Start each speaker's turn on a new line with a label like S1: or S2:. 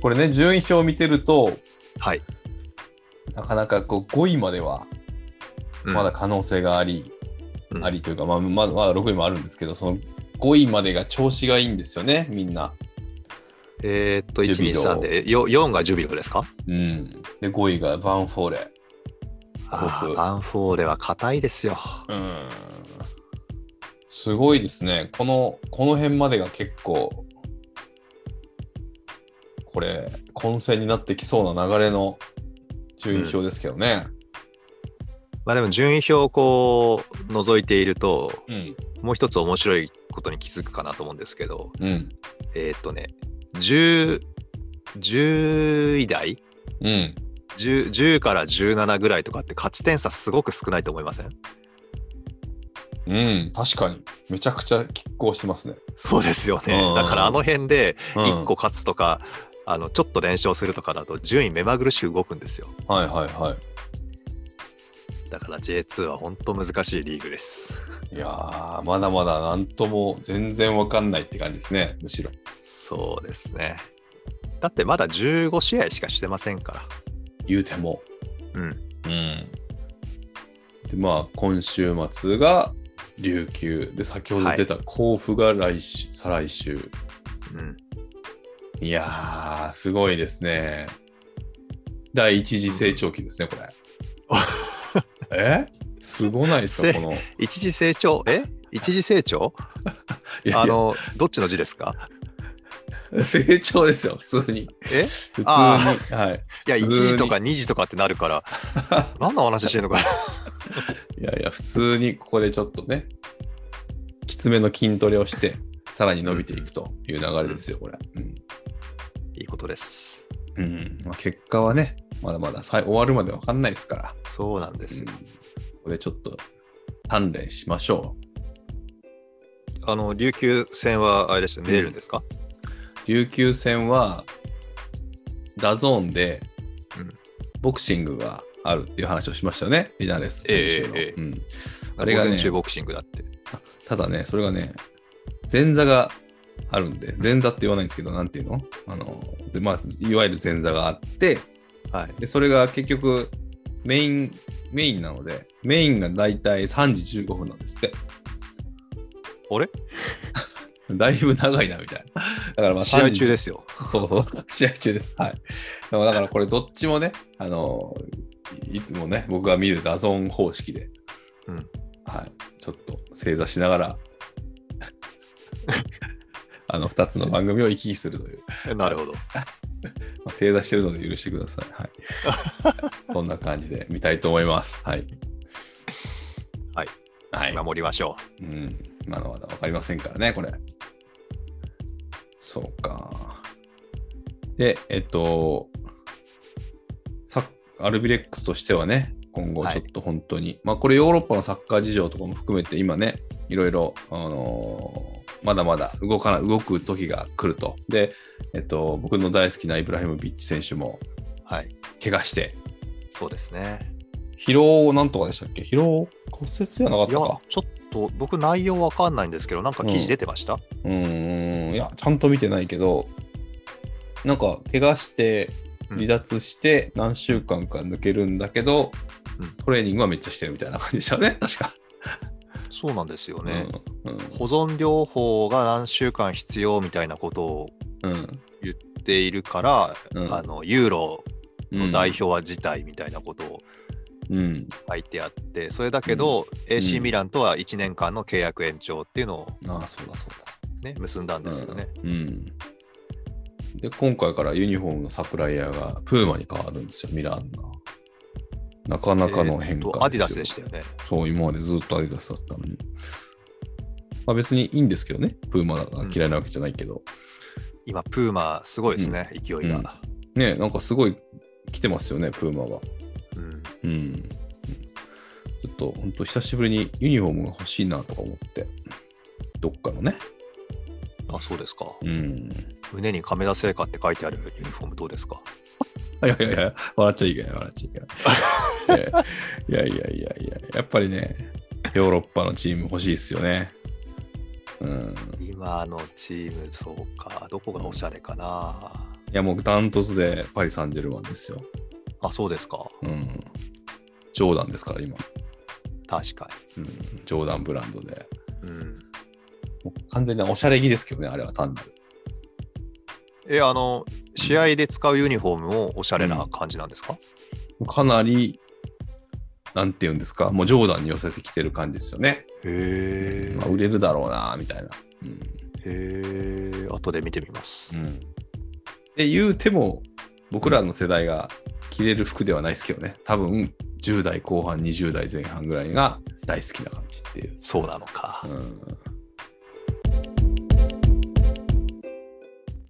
S1: これね、順位表を見てると、
S2: はい。
S1: なかなかこう5位までは
S2: うん
S1: まだ可能性があり、
S2: うん
S1: ありというか、まあ、まだまだ6位もあるんですけど、その5位までが調子がいいんですよね、みんな。
S2: えーっと、
S1: ジュビロ
S2: 123で、よ4がジュビロですか
S1: うん。で、5位がバンフォーレ。
S2: あ
S1: 僕
S2: ーバンフォーレは硬いですよ。
S1: うん。すごいですね。この、この辺までが結構、これ、混戦になってきそうな流れの順位表ですけどね。
S2: まあでも順位表をこう覗いていると、
S1: うん。
S2: もう一つ面白いことに気づくかなと思うんですけど、
S1: うん。
S2: えーっとね、10、10位台
S1: うん。
S2: 10, 10から17ぐらいとかって勝ち点差すごく少ないと思いません
S1: うん。確かに。めちゃくちゃ拮抗してますね。
S2: そうですよ
S1: う
S2: ね
S1: ん。
S2: だからあの辺で
S1: うん
S2: 1個勝つとか、あのちょっと連勝するとかだと順位目まぐるしく動くんですよ。
S1: はいはいはい。
S2: だから J2 は本当難しいリーグです。
S1: いやー、まだまだなんとも全然わかんないって感じですね、むしろ。
S2: そうですね。だってまだ15試合しかしてませんか
S1: 言うても。
S2: ら。うん。
S1: うん。で、まあ、今週末が琉球。で、先ほど出た甲府が来週、再来週。
S2: うん。
S1: いやー、すごいですね。第一次成長期ですね、これ。えすごないですか、
S2: せ
S1: この。い
S2: 一時成長、え一時成長
S1: やいや
S2: あの、どっちの字ですか
S1: 成長ですよ、普通に。
S2: え
S1: 普通に。
S2: あ
S1: はい。
S2: いや、
S1: 普通
S2: 1
S1: に
S2: 時とか2時とかってなるから、 何の話してんのかな。
S1: いやいや、普通にここでちょっとね、きつめの筋トレをして、 さらに伸びていくという流れですよ、これ。うん
S2: いいことです。
S1: うんまあ、結果はね、まだまださい終わるまで分かんないですから、
S2: そうなんです
S1: うん
S2: よ。
S1: ここでちょっと鍛錬しましょう。
S2: あの、琉球戦はあれですね見れるんですか、
S1: 琉球戦は、ダゾーンで
S2: うん、
S1: ボクシングがあるっていう話をしましたよね、リナレス選手の。
S2: ええええ
S1: うんあ
S2: あ
S1: れ
S2: れ
S1: がね
S2: が、午前中ボクシングだって。
S1: ただね、それがね、前座があるんで、前座って言わないんですけど、なんていうのあの、ぜまあ、いわゆる前座があって、
S2: はい。
S1: でそれが結局、メイン、メインなので、メインがだいたい3時15分なんですって。
S2: あれ
S1: だいぶ長いな、みたいな。だからまあ。
S2: 試合中ですすよ。
S1: そうそう、試合中です。はい。でもだからこれ、どっちもね、あの、いいつもね、僕が見るダゾン方式で、
S2: うん
S1: はい、ちょっと正座しながら、 あの、2つの番組を行き来するという、
S2: なるほど。
S1: まあ正座してるので許してください。 はい。そんな感じで見たいと思います。はい。
S2: はい。
S1: はい。
S2: 守りましょ
S1: うん、まだまだ分かりませんからね、これ。そうか。で、えっと、サッアルビレックスとしてはね、今後ちょっと本当に、まあこれヨーロッパのサッカー事情とかも含めて今ね、いろいろ、あのーまだまだ動かな動く時が来ると。で、えっと、僕の大好きなイブラヒムビッチ選手も
S2: う。はい。
S1: 怪我して、
S2: そうですね。
S1: 疲労なんとかでしたっけ疲労骨折じゃなかっ
S2: い
S1: た
S2: や、ち
S1: か
S2: ょ。っと僕、内容わかんないんですけど、なんか記事出てました、
S1: うーん、いや、ちゃんと見てないけど、なんか、怪我して、
S2: うん
S1: 離脱して、何週間か抜けるんだけど、
S2: うん
S1: トレーニングはめっちゃしてるみたいな感じでした ね、確か。
S2: そうなんですよね。
S1: うん、うん
S2: 保存療法が何週間必要みたいなことを
S1: うん
S2: 言っているから、
S1: うん
S2: あのユーロ
S1: うん
S2: の代表は辞退みたいなことを
S1: うん、
S2: 書いてあって、それだけど、AC ミランとは1年間の契約延長っていうのを、
S1: ああ、そうだそうだ。
S2: ね、結んだんですよね。
S1: うん。うんで、今回からユニフォームのサプライヤーがプーマに変わるんですよ、ミランの。なかなかの変化です
S2: えーと
S1: よ
S2: アディダスでしたよね。
S1: そう、今までずっとアディダスだったのに。まあ別にいいんですけどね、プーマが嫌いなわけじゃないけど。
S2: 今、プーマ、すごいですね、勢いが、
S1: ねなんかすごい来てますよね、プーマが。
S2: う
S1: う
S2: ん
S1: ん。ちょっと本当久しぶりにユニフォームが欲しいなとか思って、どっかのね。
S2: あ、そうですか。
S1: うん。
S2: 胸に亀田製菓って書いてあるユニフォームどうですか
S1: いやいやいや、笑っちゃいけない、笑っちゃい けない。いやいやいやいやいや、やっぱりね、ヨーロッパのチーム欲しいですよね。うん。
S2: 今のチーム、そうか、どこがおしゃれかな。
S1: いや、もうダントツでパリ・サンジェルマンですよ。
S2: あ、そうですか。
S1: うん。ジョーダンですから、今。
S2: 確か
S1: うん。ジョーダンブランドで。
S2: に。うん。
S1: もう完全におしゃれ着ですけどね、あれは単なる。
S2: え、あの、試合で使うユニフォームもおしゃれな感じなんですか、
S1: かなり、なんて言うんですか、もうジョーダンに寄せてきてる感じですよね。
S2: へえ。
S1: まあ、売れるだろうな、みたいな。うん。
S2: へえ。後で見てみます。
S1: うん、で言うても僕らの世代が着れる服ではないですけどね多分10代後半20代前半ぐらいが大好きな感じっていう、
S2: そうなのか
S1: う。ん、